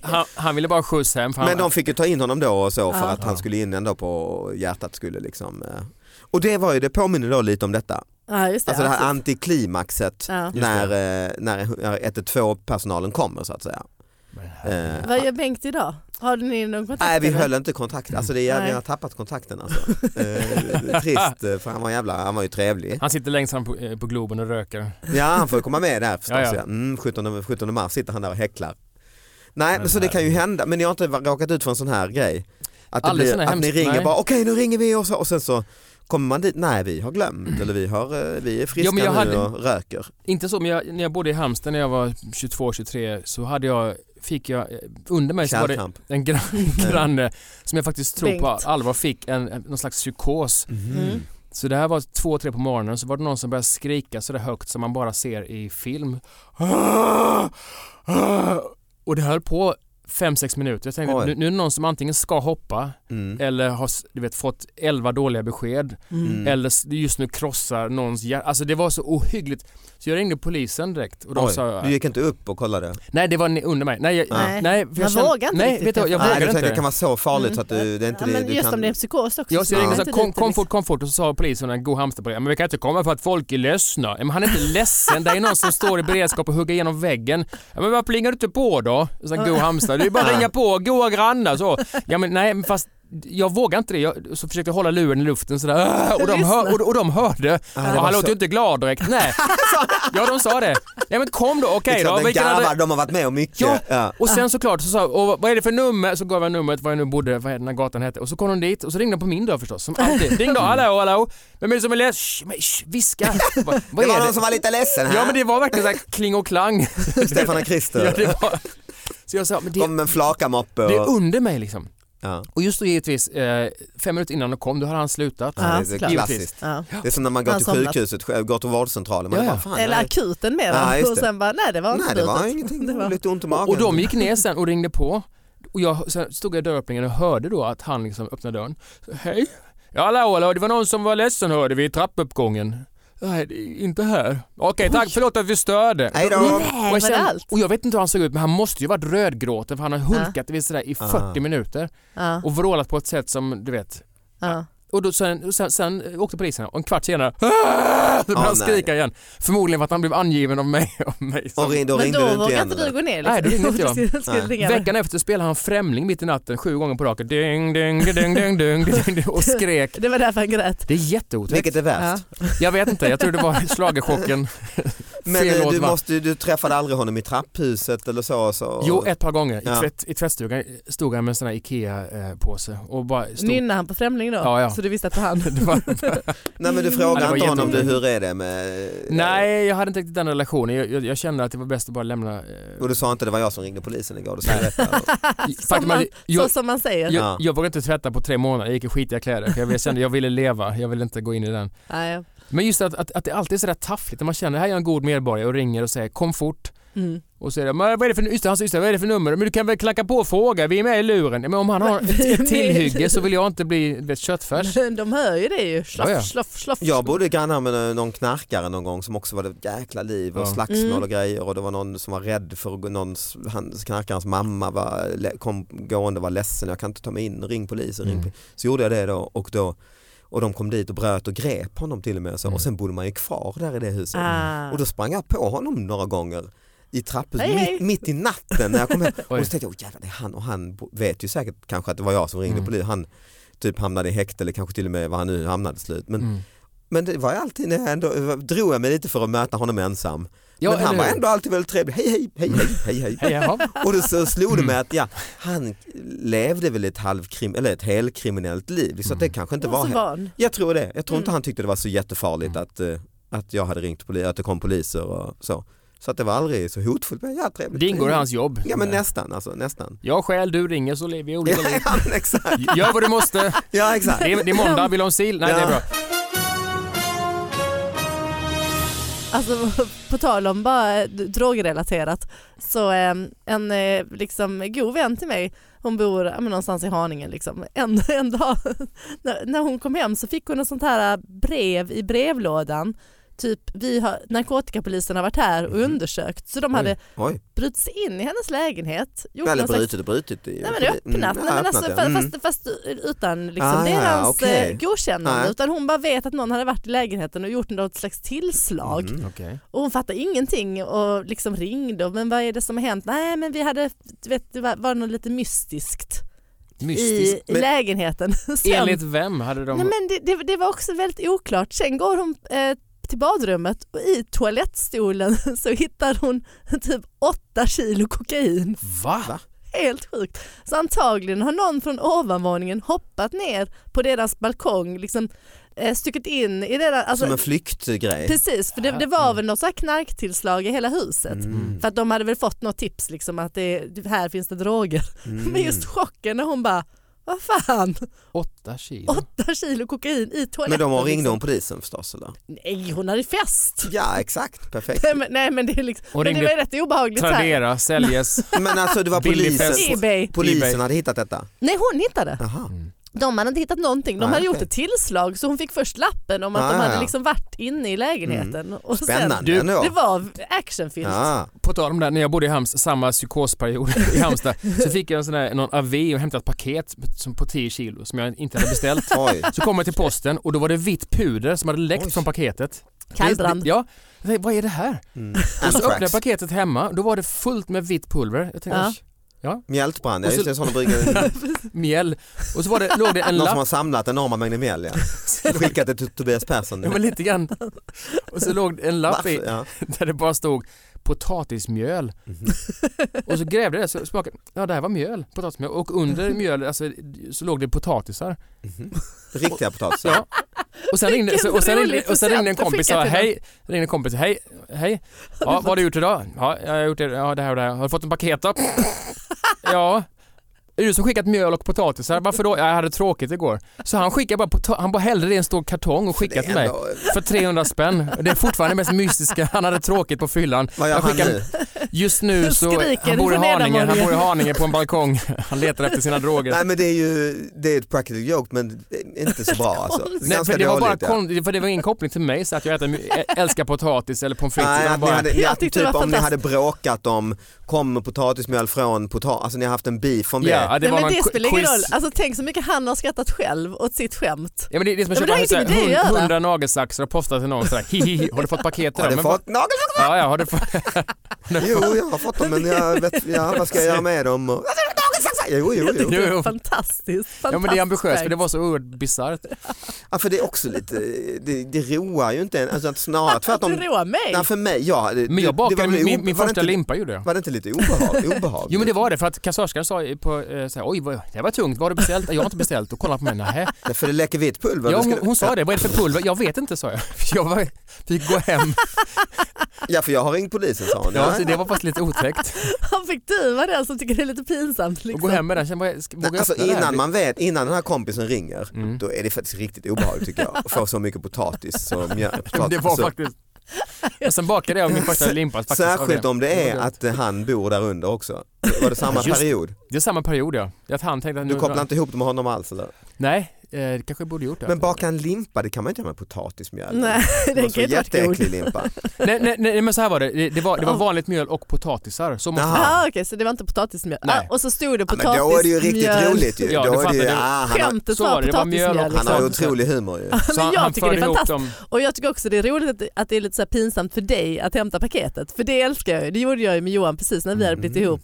Speaker 4: Han, han ville bara skjuts hem för han,
Speaker 2: men de fick ju ta in honom då och så för
Speaker 3: Ja.
Speaker 2: att han
Speaker 4: Ja.
Speaker 2: skulle in ändå på hjärtat skulle liksom. Eh. Och det var ju, det påminner då lite om detta,
Speaker 3: Ja, just det.
Speaker 2: alltså det här
Speaker 3: ja,
Speaker 2: antiklimaxet.
Speaker 3: precis. ja.
Speaker 4: Just
Speaker 2: när, eh, när 112 personalen kommer så att säga.
Speaker 4: Men
Speaker 2: Eh,
Speaker 3: Vad gör Bengt idag? Har ni någon kontakt?
Speaker 2: Nej vi
Speaker 3: eller?
Speaker 2: höll inte kontakt, alltså det är, vi
Speaker 3: Nej.
Speaker 2: har tappat kontakten alltså. Eh, trist eh, för han var jävla, han var ju trevlig.
Speaker 4: Han sitter längst fram på, eh, på Globen och röker.
Speaker 2: Ja han får ju komma med där förstås.
Speaker 4: Ja,
Speaker 2: Ja,
Speaker 4: ja.
Speaker 2: Mm, 17, 17 mars sitter han där och häcklar. Nej
Speaker 4: Men
Speaker 2: så det kan ju
Speaker 4: herregud.
Speaker 2: hända, men jag har inte råkat ut för en sån här grej. Att, det
Speaker 4: Aldrig
Speaker 2: blir,
Speaker 4: sån här
Speaker 2: att ni
Speaker 4: hemskt,
Speaker 2: ringer
Speaker 4: nej.
Speaker 2: bara okej nu ringer vi och, så, och sen så kommer man dit, nej vi har glömt eller vi, har, eh, vi är friska
Speaker 4: Ja, men jag
Speaker 2: nu
Speaker 4: hade-
Speaker 2: och röker.
Speaker 4: Inte så, men jag, när jag bodde i Halmstad när jag var 22-23 så hade jag, fick jag, eh, under mig så var det
Speaker 2: Kärlkramp.
Speaker 4: en gran- granne som jag faktiskt tror på
Speaker 3: Bengt.
Speaker 4: allvar fick en, en, någon slags psykos.
Speaker 3: Mm.
Speaker 4: Så det här var två, tre på morgonen så var det någon som började skrika så där högt som man bara ser i film. Och det höll på fem sex minuter. Jag tänkte
Speaker 2: Oj.
Speaker 4: nu, nu är det någon som antingen ska hoppa
Speaker 2: Mm.
Speaker 4: eller har s- du vet, fått 11 dåliga besked
Speaker 3: Mm.
Speaker 2: Mm.
Speaker 4: eller s- just nu krossar någons hjärta. Alltså det var så ohyggligt. Så jag ringde polisen direkt och de
Speaker 2: Oj,
Speaker 4: sa
Speaker 2: du gick inte upp och kollade?
Speaker 4: Nej det var ni- under mig. Nej, jag,
Speaker 3: Nej.
Speaker 4: nej, för jag
Speaker 3: Man vågar inte
Speaker 4: nej,
Speaker 3: riktigt
Speaker 4: Vet du, vad, jag
Speaker 3: kanske.
Speaker 2: Nej,
Speaker 4: vågar
Speaker 2: du tänkte
Speaker 4: inte.
Speaker 2: det kan vara så farligt
Speaker 3: Mm.
Speaker 2: så att du, det är inte
Speaker 3: ja,
Speaker 2: det
Speaker 3: men
Speaker 2: du
Speaker 3: just
Speaker 2: kan...
Speaker 3: om det är en psykos också.
Speaker 4: Ja, så jag ringde
Speaker 3: man
Speaker 4: så
Speaker 3: inte
Speaker 4: här, kom,
Speaker 3: dit,
Speaker 4: kom
Speaker 3: liksom.
Speaker 4: fort, kom fort och så sa polisen en god hamsterpolare, men vi kan inte komma för att folk är ledsna. Ja, Men han är inte ledsen, det är någon som står i beredskap och hugger igenom väggen. Ja, men varför ringer du inte på då? Så en god hamster, det är bara att ringa på, goa grannar så. Ja men nej, men fast jag vågar inte det. Jag så försökte jag hålla luren i luften sådär "Äh!" och de, hör, och, och de hörde.
Speaker 2: Ja, det
Speaker 4: och
Speaker 2: var
Speaker 4: han låter
Speaker 2: så-
Speaker 4: ju inte glad direkt. Nej. Ja de sa det. Ja men kom då, okej
Speaker 2: liksom,
Speaker 4: då.
Speaker 2: den
Speaker 4: Vilken adre-
Speaker 2: garvar, de har varit med om mycket.
Speaker 4: Ja.
Speaker 2: Ja.
Speaker 4: och sen såklart så sa jag, och vad är det för nummer? Så gav jag numret, vad jag nu bodde, vad den här gatan hette. Och så kom de dit och så ringde de på min dörr förstås, som alltid. Ring då, hallå, hallå. Vem är det som är less? Shh, men shh, viska. Vad, vad
Speaker 2: Det var
Speaker 4: är
Speaker 2: någon som var lite ledsen här.
Speaker 4: Ja men det var verkligen såhär kling och klang.
Speaker 2: Stefan och
Speaker 4: ja,
Speaker 2: Christer.
Speaker 4: det var... Så jag sa, men det,
Speaker 2: Kom med en flakamoppe
Speaker 4: det är
Speaker 2: och...
Speaker 4: under mig liksom.
Speaker 2: Ja.
Speaker 4: Och just då givetvis, eh, fem minuter innan de kom, då hade han slutat.
Speaker 2: Ja, det är
Speaker 3: såklart.
Speaker 2: klassiskt.
Speaker 3: liksom. Ja.
Speaker 2: Det är som när man går
Speaker 3: Han
Speaker 2: till
Speaker 3: somnat.
Speaker 2: sjukhuset, själv, går till vårdcentralen. Man
Speaker 4: Ja,
Speaker 2: är
Speaker 4: ja.
Speaker 2: bara, fan,
Speaker 3: Eller
Speaker 2: nej,
Speaker 3: akuten mer
Speaker 2: Ja, just
Speaker 3: och
Speaker 2: det.
Speaker 3: sen bara nej det var inte
Speaker 2: nej det var
Speaker 3: slutet.
Speaker 2: ingenting,
Speaker 3: Det
Speaker 2: det var
Speaker 3: var-
Speaker 2: lite ont i magen.
Speaker 4: Och de gick ner sen och ringde på. Och jag sen stod jag i dörröppningen och hörde då att han liksom öppnade dörren. Så, Hej! Ja hallå hallå, det var någon som var ledsen hörde vi i trappuppgången. Nej, det är inte här. Okej tack, förlåt att vi störde.
Speaker 2: Hej
Speaker 4: Och
Speaker 2: då!
Speaker 3: Nej,
Speaker 4: jag
Speaker 3: var det
Speaker 4: kände-
Speaker 3: allt?
Speaker 4: Och jag vet inte hur han såg ut men han måste ju varit rödgråten för han har hulkat ja. sådär, i 40
Speaker 2: Ah.
Speaker 4: minuter
Speaker 3: Ja,
Speaker 4: och vrålat på ett sätt som du vet.
Speaker 3: ja.
Speaker 4: Och då, sen, och sen, sen åkte polisen och en kvart senare "Ah!"
Speaker 2: Ah,
Speaker 4: då började han
Speaker 2: nej.
Speaker 4: skrika igen. Förmodligen för att han blev angiven av mig. Av mig som-
Speaker 2: Och ring- då
Speaker 3: Men
Speaker 2: ringde
Speaker 3: då
Speaker 2: du inte
Speaker 3: vågade
Speaker 2: igen.
Speaker 3: inte du
Speaker 2: eller?
Speaker 3: gå ner
Speaker 4: Nej, då ringde inte jag.
Speaker 3: Du skulle
Speaker 2: Nej.
Speaker 3: ringa.
Speaker 4: Veckan efter spelade han Främling mitt i natten sju gånger på raken. Ding, ding, ding, ding, ding, ding, ding, och skrek.
Speaker 3: Det var därför han grät.
Speaker 4: Det är jätteotäckt.
Speaker 2: Vilket är värst?
Speaker 4: Jag vet inte, jag tror det var schlagerchocken.
Speaker 2: Men
Speaker 4: Fel
Speaker 2: eh,
Speaker 4: låt,
Speaker 2: du,
Speaker 4: va?
Speaker 2: måste, ju- du träffade aldrig honom i trapphuset eller så? så.
Speaker 4: Jo, ett par gånger. I,
Speaker 2: Ja.
Speaker 4: tvätt, i tvättstugan stod han med en sån här IKEA-påse och bara stod...
Speaker 3: Nynnade han på Främling då?
Speaker 4: Ja, ja.
Speaker 3: Så du visste att det var han?
Speaker 4: Det var...
Speaker 2: Nej men du
Speaker 4: Ja, det
Speaker 2: frågade
Speaker 4: var
Speaker 2: inte honom du,
Speaker 4: jätteotäckt.
Speaker 2: hur är det med...
Speaker 4: Nej, jag hade inte riktigt den relationen. Jag, jag, jag kände att det var bäst att bara lämna... eh,
Speaker 2: Och du sa inte det var jag som ringde polisen igår, du sa detta.
Speaker 4: faktum
Speaker 3: man-
Speaker 4: att jag,
Speaker 3: Så som man säger.
Speaker 2: Ja.
Speaker 4: jag, jag vågade inte tvätta på tre månader, jag gick i skitiga kläder. För jag kände jag ville leva, jag ville inte gå in i den.
Speaker 3: Nej.
Speaker 4: Men just att, att, att det alltid är sådär taffligt när man känner, här är jag en god medborgare och ringer och säger kom fort.
Speaker 3: Mm.
Speaker 4: Och så är det, men vad är det för, just det, han sa, just det, vad är det för nummer? Men du kan väl klacka på och fråga, vi är med i luren. Men om han har ett,
Speaker 3: Vi är med
Speaker 4: ett
Speaker 3: i
Speaker 4: tillhygge
Speaker 3: luren.
Speaker 4: så vill jag inte bli du vet, köttfärs.
Speaker 3: Men De hör ju det ju. Sloff,
Speaker 4: Ja, ja.
Speaker 3: sloff, sloff.
Speaker 2: Jag bodde grannar med någon knarkare någon gång som också var det jäkla liv och
Speaker 4: Ja.
Speaker 2: slagsmål
Speaker 3: Mm.
Speaker 2: och grejer och det var någon som var rädd för att gå- någons, hans, knarkarens mamma var, le- kom gående och var ledsen, jag kan inte ta mig in, ring polisen. Ring.
Speaker 4: Mm.
Speaker 2: poli-" Så gjorde jag det då och då och de kom dit och bröt och grep honom till och med och, så.
Speaker 4: Mm.
Speaker 2: och sen bodde man ju kvar där i det huset.
Speaker 3: Ah.
Speaker 2: Och då sprang jag på honom några gånger i trappan
Speaker 3: Hej, hej.
Speaker 2: mitt, mitt i natten när jag kom hem. Och
Speaker 4: Oj.
Speaker 2: så tänkte jag, "Åh, jävlar det är han och han bo- vet ju säkert kanske att det var jag som ringde
Speaker 4: Mm.
Speaker 2: polisen. Han typ hamnade i häkte eller kanske till och med var han nu hamnade till slut. Men
Speaker 4: Mm.
Speaker 2: men det var ju alltid när jag ändå, drog jag mig lite för att möta honom ensam.
Speaker 4: Ja,
Speaker 2: men han
Speaker 4: eller
Speaker 2: var
Speaker 4: hur?
Speaker 2: ändå alltid väldigt trevlig. Hej hej, hej hej, hej
Speaker 4: Hej,
Speaker 2: hej.
Speaker 4: jaha.
Speaker 2: och då så slog det mig att
Speaker 4: Mm.
Speaker 2: ja, han levde väl ett halvkrim, eller ett helkriminellt liv. Så att
Speaker 4: Mm.
Speaker 2: det kanske inte
Speaker 3: var
Speaker 2: var...
Speaker 3: så
Speaker 2: he-
Speaker 3: van.
Speaker 2: Jag tror det. Jag tror
Speaker 3: Mm.
Speaker 2: inte han tyckte det var så jättefarligt
Speaker 4: Mm.
Speaker 2: att, eh, att jag hade ringt polis, att det kom poliser och så. Så att det var aldrig så hotfullt. Men ja, trevligt.
Speaker 4: Det ingår i hans jobb.
Speaker 2: Ja men nästan alltså, nästan.
Speaker 4: Jag skäl, du ringer så lever vi olika liv.
Speaker 2: ja men exakt.
Speaker 4: Gör vad du måste.
Speaker 2: Ja exakt.
Speaker 4: Det är, det är måndag, vill du ha en sil? Nej, det är bra.
Speaker 3: Alltså på tal om bara eh, drogrelaterat så eh, en eh, liksom god vän till mig hon bor ja, men någonstans i Haninge liksom. En, en dag när, när hon kom hem så fick hon ett sånt här brev i brevlådan typ vi har, narkotikapolisen har varit här och undersökt så de
Speaker 4: Oj.
Speaker 3: hade
Speaker 2: Mhm. Oj,
Speaker 3: brutit sig in i hennes lägenhet. Gjort
Speaker 2: eller
Speaker 3: någon slags-
Speaker 2: brutit och brutit. det är ju-
Speaker 3: Alltså- Nej men öppnat,
Speaker 2: Mm, ja,
Speaker 3: nej, men alltså,
Speaker 2: öppnat, ja.
Speaker 3: fa-
Speaker 2: Mm.
Speaker 3: fast, fast utan liksom
Speaker 2: Ah, ja,
Speaker 3: deras
Speaker 2: okej.
Speaker 3: eh, godkännande
Speaker 2: Nej.
Speaker 3: utan hon bara vet att någon hade varit i lägenheten och gjort något slags tillslag
Speaker 2: Mm.
Speaker 4: Okej.
Speaker 3: och hon fattade ingenting och liksom ringde och men vad är det som har hänt? Nej men vi hade, du vet det var, var något lite mystiskt,
Speaker 4: Mystiskt.
Speaker 3: i
Speaker 2: Men-
Speaker 3: lägenheten. Sen,
Speaker 4: Enligt vem hade de...
Speaker 3: nej men det, det, det var också väldigt oklart. Sen går hon eh, till badrummet och i toalettstolen så hittar hon typ åtta kilo kokain.
Speaker 4: Va?
Speaker 3: Helt sjukt. Så antagligen har någon från ovanvåningen hoppat ner på deras balkong, liksom eh, stuckit in i deras... Alltså,
Speaker 2: Som en flyktgrej.
Speaker 3: precis, för det, det var väl något så här knarktillslag i hela huset.
Speaker 2: Mm.
Speaker 3: För att de hade väl fått något tips liksom att det, här finns det droger.
Speaker 2: Mm.
Speaker 3: Men just chocken när hon bara, vad fan,
Speaker 4: Åtta kilo?
Speaker 3: åtta kilo kokain i toaletten.
Speaker 2: Men de ringde
Speaker 3: liksom.
Speaker 2: hon polisen förstås eller?
Speaker 3: Nej, hon hade fest.
Speaker 2: Ja exakt, perfekt.
Speaker 3: Nej men, nej, men det är liksom,
Speaker 4: Och
Speaker 3: men det
Speaker 4: ringde
Speaker 3: var ju rätt obehagligt. Så här.
Speaker 4: Tradera, säljes.
Speaker 2: Men alltså det var
Speaker 4: Billy
Speaker 2: polisen,
Speaker 3: Ehm,
Speaker 4: Fest.
Speaker 3: Ebay.
Speaker 2: polisen
Speaker 4: Ebay.
Speaker 2: hade hittat detta?
Speaker 3: Nej hon hittade.
Speaker 2: Jaha.
Speaker 3: De hade inte hittat någonting. De
Speaker 2: Nej,
Speaker 3: hade gjort
Speaker 2: okej.
Speaker 3: ett tillslag så hon fick först lappen om att
Speaker 2: Ah,
Speaker 3: de
Speaker 2: ja,
Speaker 3: hade
Speaker 2: ja. Mm.
Speaker 3: liksom varit inne i lägenheten. Och Sen,
Speaker 2: Spännande
Speaker 4: Du,
Speaker 2: ändå.
Speaker 3: det var actionfilm.
Speaker 2: Ja.
Speaker 4: På tal om det, här, när jag bodde i Halmstad, samma psykosperiod i Halmstad, så fick jag en sån där, någon avi och hämtade ett paket som på 10 kilo som jag inte hade beställt.
Speaker 2: Oj.
Speaker 4: Så kom jag till posten och då var det vitt puder som hade läckt
Speaker 2: Oj.
Speaker 4: från paketet.
Speaker 3: Kallbrand.
Speaker 4: Det- det- Ja, jag tänkte, vad är det här?
Speaker 2: Mm.
Speaker 4: Och
Speaker 3: Alltså,
Speaker 4: så öppnade jag
Speaker 2: Anthrax.
Speaker 4: paketet hemma, då var det fullt med vitt pulver. Jag tänkte,
Speaker 3: Ja.
Speaker 4: "Oj,
Speaker 2: Mjältbrand, ja
Speaker 4: Och så-
Speaker 2: just det, en sån brygger.
Speaker 4: mjäll. Och så var det, låg det en
Speaker 2: Någon som
Speaker 4: lapp,
Speaker 2: har samlat enorma mängder mjäll ja. Skickat det till Tobias Persson.
Speaker 4: ja, men lite grann. Och så låg det en lapp
Speaker 2: Varför?
Speaker 4: i,
Speaker 2: Ja.
Speaker 4: där det bara stod potatismjöl.
Speaker 2: Mhm.
Speaker 4: Och så grävde jag det så smakade ja det här var mjöl, potatismjöl. Och under mjöl alltså, så låg det potatisar.
Speaker 2: Mhm. Riktiga potatisar.
Speaker 4: Ja. Och sen ringde,
Speaker 3: Vilken
Speaker 4: och sen ringde,
Speaker 3: rolig
Speaker 4: och sen ringde en
Speaker 3: present att
Speaker 4: kompis och sa
Speaker 3: skicka till
Speaker 4: hej, ringde en kompis, hej, hej, ja, vad har du gjort idag? Ja, jag har gjort det, ja, det här och det här. Har du fått en paket då? Ja. Är det du som skickat mjöl och potatisar? Varför då? Jag hade tråkigt igår. Så han skickade bara, pota- han bara hällde det i en stor kartong och skickade till
Speaker 2: Det är
Speaker 4: mig.
Speaker 2: ändå-
Speaker 4: För 300 spänn. Det är fortfarande det mest mystiska. Han hade tråkigt på fyllan.
Speaker 2: Vad gör
Speaker 4: Jag
Speaker 2: han
Speaker 4: skickar-
Speaker 2: nu?
Speaker 4: Just nu så,
Speaker 3: Skriker
Speaker 4: han bor i
Speaker 3: från
Speaker 4: Haninge, han
Speaker 3: Edamorgen.
Speaker 4: bor i Haninge på en balkong. Han letar efter sina droger.
Speaker 2: Nej men det är ju, det är ett practical joke men inte så bra alltså.
Speaker 4: Nej,
Speaker 2: Ganska
Speaker 4: för det var bara
Speaker 2: dåligt. ja.
Speaker 4: konstigt, för det var ingen koppling till mig så att jag äter, ä- älskar potatis eller pommes frites.
Speaker 2: Nej,
Speaker 4: utan
Speaker 2: att ni
Speaker 4: bara,
Speaker 2: hade, ni,
Speaker 3: Jag
Speaker 2: att-
Speaker 3: tyckte det
Speaker 2: typ
Speaker 3: var
Speaker 2: om ni hade bråkat om, kommer potatismjöl från potatis, alltså ni har haft en beef om det.
Speaker 4: ja, det
Speaker 3: Det,
Speaker 4: var
Speaker 3: Nej, men
Speaker 4: någon
Speaker 3: det
Speaker 4: qu-
Speaker 3: spelar ingen
Speaker 4: quiz.
Speaker 3: roll. Alltså, tänk så mycket han har skrattat själv åt sitt skämt.
Speaker 4: Ja, men det, det är som
Speaker 3: Ja, men det har
Speaker 4: att köpa
Speaker 3: ingenting med det att
Speaker 4: hund-
Speaker 3: göra.
Speaker 4: hundra nagelsaxar och posta till någon sådär hihi, har du fått paketet?
Speaker 2: Har
Speaker 4: då?"
Speaker 2: du
Speaker 4: Men
Speaker 2: fått nagel?
Speaker 4: bara, Ja, ja, har du fått?
Speaker 2: Jo, jag har fått dem men jag vet, ja, vad ska jag göra med dem? Och, jo, jo, jo.
Speaker 3: Det
Speaker 4: Jo,
Speaker 3: är
Speaker 4: jo.
Speaker 3: fantastiskt. fantastiskt
Speaker 4: Ja men det är ambitiöst för
Speaker 3: skämt.
Speaker 4: det var så oerhört bisarrt.
Speaker 2: Ja, för det är också lite, det, det roar ju inte en, alltså att snarare tvärtom.
Speaker 3: Du roar mig.
Speaker 2: Nej, för mig, ja. Det,
Speaker 4: Men jag bakade
Speaker 2: väl
Speaker 4: min, min,
Speaker 2: o-
Speaker 4: min
Speaker 2: var det
Speaker 4: första
Speaker 2: inte,
Speaker 4: limpa gjorde jag.
Speaker 2: Var det inte lite obehag, obehagligt?
Speaker 4: Jo men det var det för att kassörskan sa i- på, eh, såhär, oj vad, det var tungt, vad har du beställt? Jag har inte beställt. Och kollade på mig, nähä.
Speaker 2: Nej, För det läcker vitt pulver.
Speaker 4: Ja,
Speaker 2: Du
Speaker 4: hon,
Speaker 2: skulle-
Speaker 4: hon sa det, vad är det för pulver? Jag vet inte sa jag. Jag var, fick gå hem.
Speaker 2: Ja, för jag har ringt polisen sa hon.
Speaker 4: Ja,
Speaker 2: Nej.
Speaker 4: så det var faktiskt lite otäckt.
Speaker 3: Han fick du vara den som tycker det är lite pinsamt.
Speaker 4: Och
Speaker 3: Liksom.
Speaker 4: gå hem med den, sen bara, ska- vågar
Speaker 2: Nej,
Speaker 4: jag
Speaker 2: alltså
Speaker 4: öppna det här?
Speaker 2: innan man vet, innan den här kompisen ringer,
Speaker 4: Mm.
Speaker 2: då är det faktiskt riktigt obehagligt tycker jag. Att få så mycket potatis som mjöl.
Speaker 4: Men Det var
Speaker 2: Så-
Speaker 4: faktiskt... Och sen bakade jag min första limpa. Faktiskt,
Speaker 2: Särskilt om det
Speaker 4: Det
Speaker 2: är
Speaker 4: var
Speaker 2: att eh, han bor där under också. Var det samma
Speaker 4: Just-
Speaker 2: period?
Speaker 4: Det är samma period ja. Det är Att han tänkte att nu,
Speaker 2: Du kopplar inte ihop det med honom alls eller?
Speaker 4: Nej, eh, det kanske jag borde gjort det.
Speaker 2: Men baka en limpa, det kan man inte göra med potatismjöl.
Speaker 3: Nej, det
Speaker 2: det
Speaker 3: kan
Speaker 2: måste
Speaker 3: ju
Speaker 2: vara
Speaker 3: inte vara god.
Speaker 2: jätteäcklig limpa.
Speaker 4: nej, nej, nej men så här var det. Det, det, var, det var
Speaker 3: Ja.
Speaker 4: vanligt mjöl och potatisar. Så måste
Speaker 2: Jaha.
Speaker 4: man...
Speaker 3: Ah, Okej, så det var inte potatismjöl.
Speaker 4: Nej.
Speaker 3: Ah, och så stod det
Speaker 2: Ja, men då är det ju riktigt
Speaker 3: potatismjöl.
Speaker 2: roligt ju.
Speaker 4: Ja,
Speaker 2: då
Speaker 4: du
Speaker 2: är det ju,
Speaker 4: fattar, det-
Speaker 2: ah, han, har,
Speaker 3: Skämtet
Speaker 4: Så
Speaker 3: var
Speaker 4: var det, det var
Speaker 3: potatismjöl.
Speaker 4: mjöl och
Speaker 2: han har ju
Speaker 4: liksom.
Speaker 2: otrolig humor ju.
Speaker 4: Så
Speaker 3: Men jag
Speaker 4: han
Speaker 3: tycker det är
Speaker 4: förde ihop
Speaker 3: fantastiskt.
Speaker 4: dem.
Speaker 3: Och jag tycker också det är roligt att, att det är lite så här pinsamt för dig att hämta paketet. För det älskar jag ju. Det gjorde jag ju med Johan precis när vi hade blivit
Speaker 2: Mm.
Speaker 3: ihop.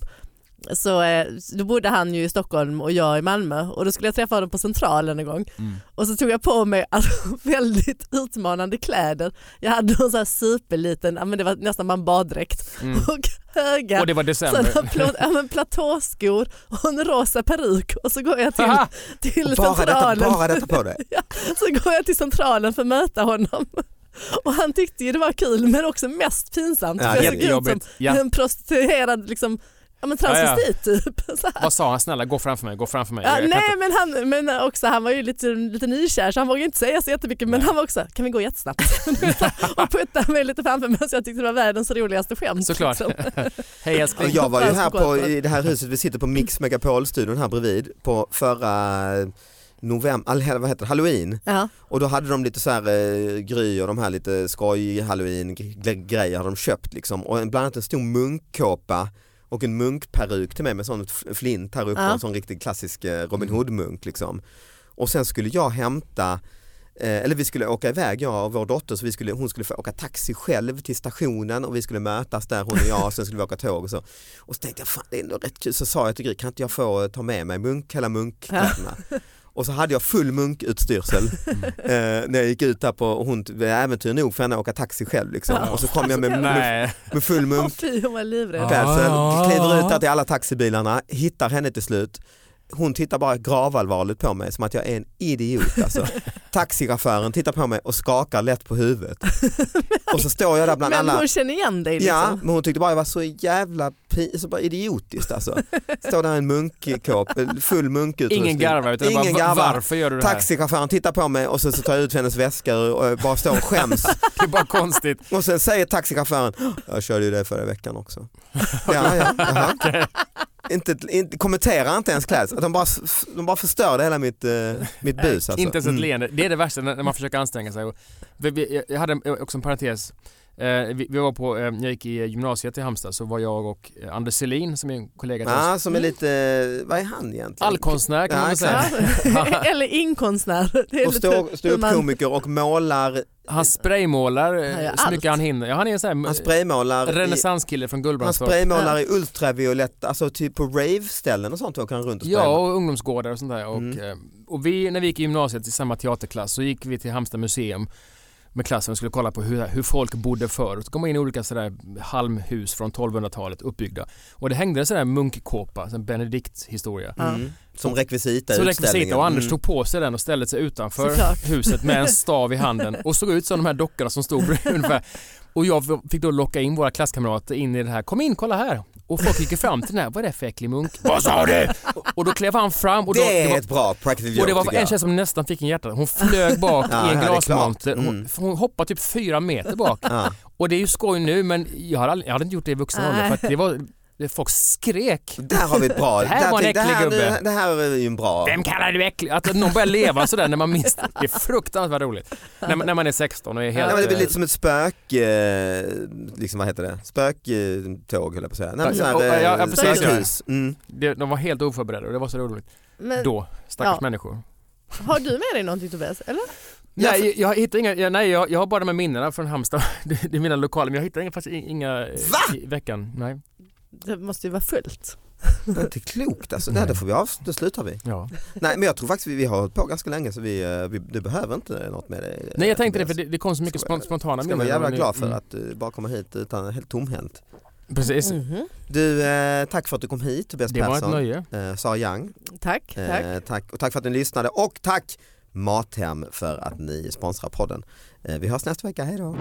Speaker 3: Så eh, då bodde han ju i Stockholm och jag i Malmö och då skulle jag träffa honom på Centralen en gång
Speaker 4: Mm.
Speaker 3: och så tog jag på mig alltså, väldigt utmanande kläder. Jag hade någon så här superliten, ja, men det var nästan bara en baddräkt
Speaker 4: Mm.
Speaker 3: och höga
Speaker 4: Och det var december.
Speaker 3: sådana plå, ja, men platåskor och en rosa peruk och så går jag till,
Speaker 4: Haha!
Speaker 3: till
Speaker 2: Bara detta,
Speaker 3: Centralen
Speaker 2: bara detta på dig.
Speaker 3: så går jag till centralen för att möta honom. Och han tyckte ju det var kul men också mest pinsamt.
Speaker 2: Ja,
Speaker 3: för jag såg ut som
Speaker 4: Jättejobbigt. Ja.
Speaker 3: en prostituerad liksom, ja, men
Speaker 4: Ja, ja.
Speaker 3: transvestit typ. Så här.
Speaker 4: Vad sa han? Snälla gå framför mig, gå framför mig.
Speaker 3: Ja,
Speaker 4: Jag kan
Speaker 3: nej
Speaker 4: inte-
Speaker 3: men han, men också, han var ju lite, lite nykär så han vågade inte säga så jättemycket men
Speaker 4: Nej.
Speaker 3: han var också, kan vi gå jättesnabbt? och putta mig lite framför mig så jag tyckte det var världens roligaste skämt.
Speaker 4: Såklart.
Speaker 3: Liksom.
Speaker 4: Hej
Speaker 2: Och
Speaker 4: älskling.
Speaker 2: jag var ju här på,
Speaker 3: Gotland.
Speaker 2: i det här huset, vi sitter på Mix Megapol-studion här bredvid på förra november, all, vad heter det, halloween.
Speaker 3: Ja.
Speaker 2: Och då hade de lite så här eh, Gry och de här lite skoj halloween gre- grejer hade de köpt liksom. Och en- bland annat en stor munkkåpa och en munkperuk till mig med sån f- flint här uppe,
Speaker 3: Ja.
Speaker 2: en sån riktig klassisk eh, Robin Hood-munk liksom. Och sen skulle jag hämta Eh, eller vi skulle åka iväg jag och vår dotter så vi skulle, hon skulle få åka taxi själv till stationen och vi skulle mötas där hon och jag och sen skulle vi åka tåg och så. Och så tänkte jag fan det är ändå rätt kul så sa jag till Gry kan inte jag få eh, ta med mig munk, hela munkkläderna. Och så hade jag full munkutstyrsel
Speaker 4: Mm.
Speaker 2: eh, när jag gick ut där på, och hon det är äventyr nog för henne att åka taxi själv liksom.
Speaker 3: Ja.
Speaker 2: Och så kom jag med, med,
Speaker 4: Nej.
Speaker 2: med full
Speaker 3: Åh
Speaker 2: munk,
Speaker 3: fy hon var livrädd.
Speaker 4: Ja.
Speaker 2: klädsel,
Speaker 4: Ah.
Speaker 2: kliver ut där till alla taxibilarna, hittar henne till slut. Hon tittar bara gravallvarligt på mig som att jag är en idiot alltså. Taxichauffören tittar på mig och skakar lätt på huvudet. Och så står jag där bland
Speaker 3: Men
Speaker 2: alla
Speaker 3: hon känner igen dig liksom.
Speaker 2: Ja, men hon tyckte bara det var så jävla pi- så bara idiotiskt alltså. Står där en munkkåpa, full munkutrustning.
Speaker 4: Ingen garvar utan
Speaker 2: Ingen
Speaker 4: bara "Va-
Speaker 2: garvar.
Speaker 4: varför gör du det här?
Speaker 2: Taxichauffören tittar på mig och så, så tar jag ut hennes väska och och bara står och skäms.
Speaker 4: Det är bara konstigt.
Speaker 2: Och sen säger taxichauffören, jag körde ju det förra veckan också. Ja, ja, jaha. inte, inte, kommenterar inte ens klädsel. De bara, de bara förstörde hela mitt, eh, mitt bus. Alltså.
Speaker 4: Inte ens ett
Speaker 2: Mm.
Speaker 4: leende. Det är det värsta när när man försöker anstränga sig. Och vi- vi- Jag hade en- också en parentes. Eh, Vi vi var på, eh, jag gick i gymnasiet i Halmstad så var jag och eh, Anders Selin som är en kollega till oss.
Speaker 2: Ja, som är lite, vad är han egentligen?
Speaker 4: Allkonstnär kan
Speaker 2: Ah. Ja,
Speaker 4: man väl
Speaker 2: exakt.
Speaker 4: säga.
Speaker 3: Ja. Eller inkonstnär. Det är
Speaker 2: och
Speaker 3: lite
Speaker 2: står, står
Speaker 3: hur
Speaker 2: upp
Speaker 4: typ-
Speaker 3: man-
Speaker 2: komiker och målar,
Speaker 4: Han spraymålar eh,
Speaker 3: Han gör
Speaker 4: så
Speaker 3: allt.
Speaker 4: mycket han hinner. Ja, han är en sån
Speaker 2: han
Speaker 4: här
Speaker 2: spraymålar i,
Speaker 4: renässanskille från
Speaker 2: han
Speaker 4: Gullbrandstorp.
Speaker 2: spraymålar i ultraviolett, alltså typ på rave-ställen och sånt åker han runt och
Speaker 4: Ja,
Speaker 2: spraymålar.
Speaker 4: och ungdomsgårdar och sånt där. Och,
Speaker 2: Mm.
Speaker 4: eh, och vi, när vi gick i gymnasiet i samma teaterklass så gick vi till Halmstad museum med klassen och skulle kolla på hur, hur folk bodde förr. Så kom man in i olika sådär halmhus från 1200-talet uppbyggda. Och det hängde en sån där munkkåpa, en benedikthistoria.
Speaker 3: Ja.
Speaker 2: Mm. Som rekvisita i
Speaker 4: Så
Speaker 2: utställningen.
Speaker 4: rekvisita och Anders
Speaker 2: Mm.
Speaker 4: tog på sig den och ställde sig utanför
Speaker 3: Såklart.
Speaker 4: huset med en stav i handen och såg ut som de här dockorna som stod bredvid ungefär. Och jag fick då locka in våra klasskamrater in i det här. Kom in, kolla här. Och folk gick ju fram till den här. Vad är det för äcklig munk? Vad sa du? Och då klev han fram och då,
Speaker 2: Ah. det är
Speaker 4: det var
Speaker 2: ett bra practical joke
Speaker 4: och det var
Speaker 2: tycker
Speaker 4: en
Speaker 2: jag.
Speaker 4: tjej som nästan fick en hjärta. Hon flög bak
Speaker 2: Ja,
Speaker 4: i en
Speaker 2: ja, det är
Speaker 4: glasmonter.
Speaker 2: klart.
Speaker 4: Hon,
Speaker 2: Mm.
Speaker 4: för hon hoppade typ fyra meter bak.
Speaker 2: Ja.
Speaker 4: Och det är ju skoj nu men jag hade, aldrig, jag hade inte gjort det i vuxen ålder
Speaker 3: Nej.
Speaker 4: för att det var, det, folk skrek.
Speaker 2: Där har vi ett bra,
Speaker 4: Det här var en
Speaker 2: tänkte- det,
Speaker 4: äcklig
Speaker 2: här,
Speaker 4: gubbe.
Speaker 2: det här är ju en bra.
Speaker 4: Vem kallar du äcklig? Att någon börjar leva sådär när man minns det. Det är fruktansvärt roligt. När, man- när man är 16 och är helt...
Speaker 2: Nej, men det blir
Speaker 4: eh,
Speaker 2: lite som ett spök, eh, liksom vad heter det, spöktåg höll jag på att säga. Nej, men sån här,
Speaker 4: Ja, ja, ja,
Speaker 2: eh,
Speaker 4: precis.
Speaker 2: spökhus. Mm.
Speaker 4: det, de var helt oförberedda och det var så roligt.
Speaker 2: Eh,
Speaker 3: Men
Speaker 4: Då, stackars
Speaker 3: Ja.
Speaker 4: människor.
Speaker 3: har du med dig någonting Tobias? Eller?
Speaker 2: Ja,
Speaker 4: Nej, jag, jag hittar inga, jag, nej jag, jag har bara de här minnena från Halmstad, det, det är mina lokaler, men jag hittar inga, faktiskt inga eh,
Speaker 2: Va?
Speaker 4: i veckan. Nej.
Speaker 3: Det måste ju vara fullt.
Speaker 2: Det är inte klokt alltså. Nej,
Speaker 4: Nej.
Speaker 2: då får vi av, då slutar vi.
Speaker 4: Ja.
Speaker 2: Nej men jag tror faktiskt vi, vi har hållit på ganska länge så vi, eh, vi du behöver inte något med dig. eh,
Speaker 4: nej, jag tänkte det
Speaker 2: Tobias.
Speaker 4: för det, det kom så mycket
Speaker 2: Ska jag-
Speaker 4: spont- spontana
Speaker 2: Jag ska vara
Speaker 4: minnen.
Speaker 2: jävla
Speaker 4: Men-
Speaker 2: glad för
Speaker 4: mm.
Speaker 2: att du bara kommer hit utan helt tomhänt.
Speaker 4: Precis.
Speaker 3: Mhm.
Speaker 2: Du, eh, tack för att du kom hit Tobias
Speaker 4: Det var ett
Speaker 2: Persson,
Speaker 4: nöje.
Speaker 2: eh, Sara Young.
Speaker 3: Tack, tack.
Speaker 2: Eh, tack. Och tack för att ni lyssnade och tack Mathem för att ni sponsrar podden. Eh, vi hörs nästa vecka, hej då.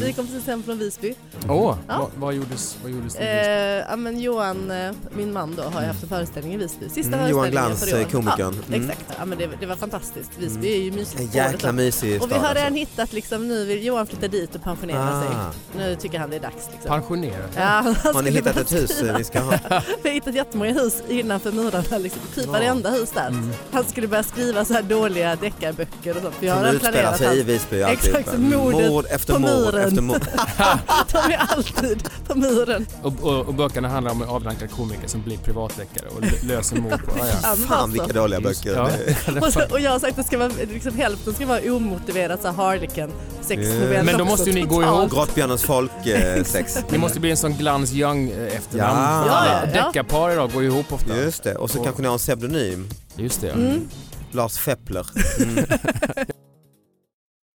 Speaker 3: Vi kom precis hem från Visby.
Speaker 2: Mm.
Speaker 4: Åh,
Speaker 3: Ja.
Speaker 4: vad, vad gjordes? Vad gjordes
Speaker 3: Eh,
Speaker 4: det?
Speaker 3: ja, men Johan, eh, min man då, har ju haft en föreställning i Visby. Sista
Speaker 2: Mm, Johan
Speaker 3: föreställningen
Speaker 2: Glans,
Speaker 3: för i år.
Speaker 2: eh, komikern.
Speaker 3: Ja,
Speaker 2: Mm.
Speaker 3: Exakt, ja, men det, det var fantastiskt. Visby
Speaker 2: Mm.
Speaker 3: är ju mysigt.
Speaker 2: En
Speaker 3: på året
Speaker 2: jäkla
Speaker 3: om.
Speaker 2: mysig
Speaker 3: och vi
Speaker 2: stad,
Speaker 3: har redan
Speaker 2: alltså. Ah.
Speaker 3: hittat liksom, nu vill Johan flytta dit och pensionera sig. Nu tycker han det är dags liksom.
Speaker 4: Pensionerat?
Speaker 3: Ja, han
Speaker 2: Har ni
Speaker 3: skulle
Speaker 2: hittat
Speaker 3: bara
Speaker 2: ett hus
Speaker 3: skriva-
Speaker 2: eh, vi ska ha?
Speaker 3: Vi har hittat jättemånga hus innanför murarna, liksom. typ
Speaker 2: Ja.
Speaker 3: varenda hus där.
Speaker 4: Mm.
Speaker 3: Han skulle börja skriva så här dåliga deckarböcker och sånt. Vi har
Speaker 2: Som
Speaker 3: redan
Speaker 2: utspelar
Speaker 3: planerat
Speaker 2: sig alltså, i
Speaker 3: allt.
Speaker 2: Visby
Speaker 3: Exakt,
Speaker 2: alltihopa.
Speaker 3: mordet
Speaker 2: Mord efter
Speaker 3: på
Speaker 2: mord
Speaker 3: muren.
Speaker 2: efter mord.
Speaker 3: De är alltid på muren.
Speaker 4: Och, och, och böckerna handlar om en avdankad komiker som blir privatdeckare och lö- löser mord på... Ja, ja.
Speaker 2: Fan vilka dåliga
Speaker 4: Just-
Speaker 2: böcker.
Speaker 4: ja.
Speaker 2: Det-
Speaker 3: Och, så, och jag har sagt att det ska vara, liksom, hälften ska vara omotiverat så här harlequin sexnovell.
Speaker 2: Yeah.
Speaker 4: Men då
Speaker 3: också
Speaker 4: måste ju ni gå
Speaker 3: totalt.
Speaker 4: ihop.
Speaker 2: Grottbjörnens folk eh, sex.
Speaker 4: Det måste bli en sån Glans Young eh, efternamn.
Speaker 2: Ja.
Speaker 4: Alla
Speaker 3: Ja, ja.
Speaker 4: Deckarpar idag går ju ihop ofta.
Speaker 2: Just det, och så
Speaker 4: Och-
Speaker 2: kanske ni har en pseudonym.
Speaker 4: Just det. ja.
Speaker 3: Mm.
Speaker 2: Lars Feppler.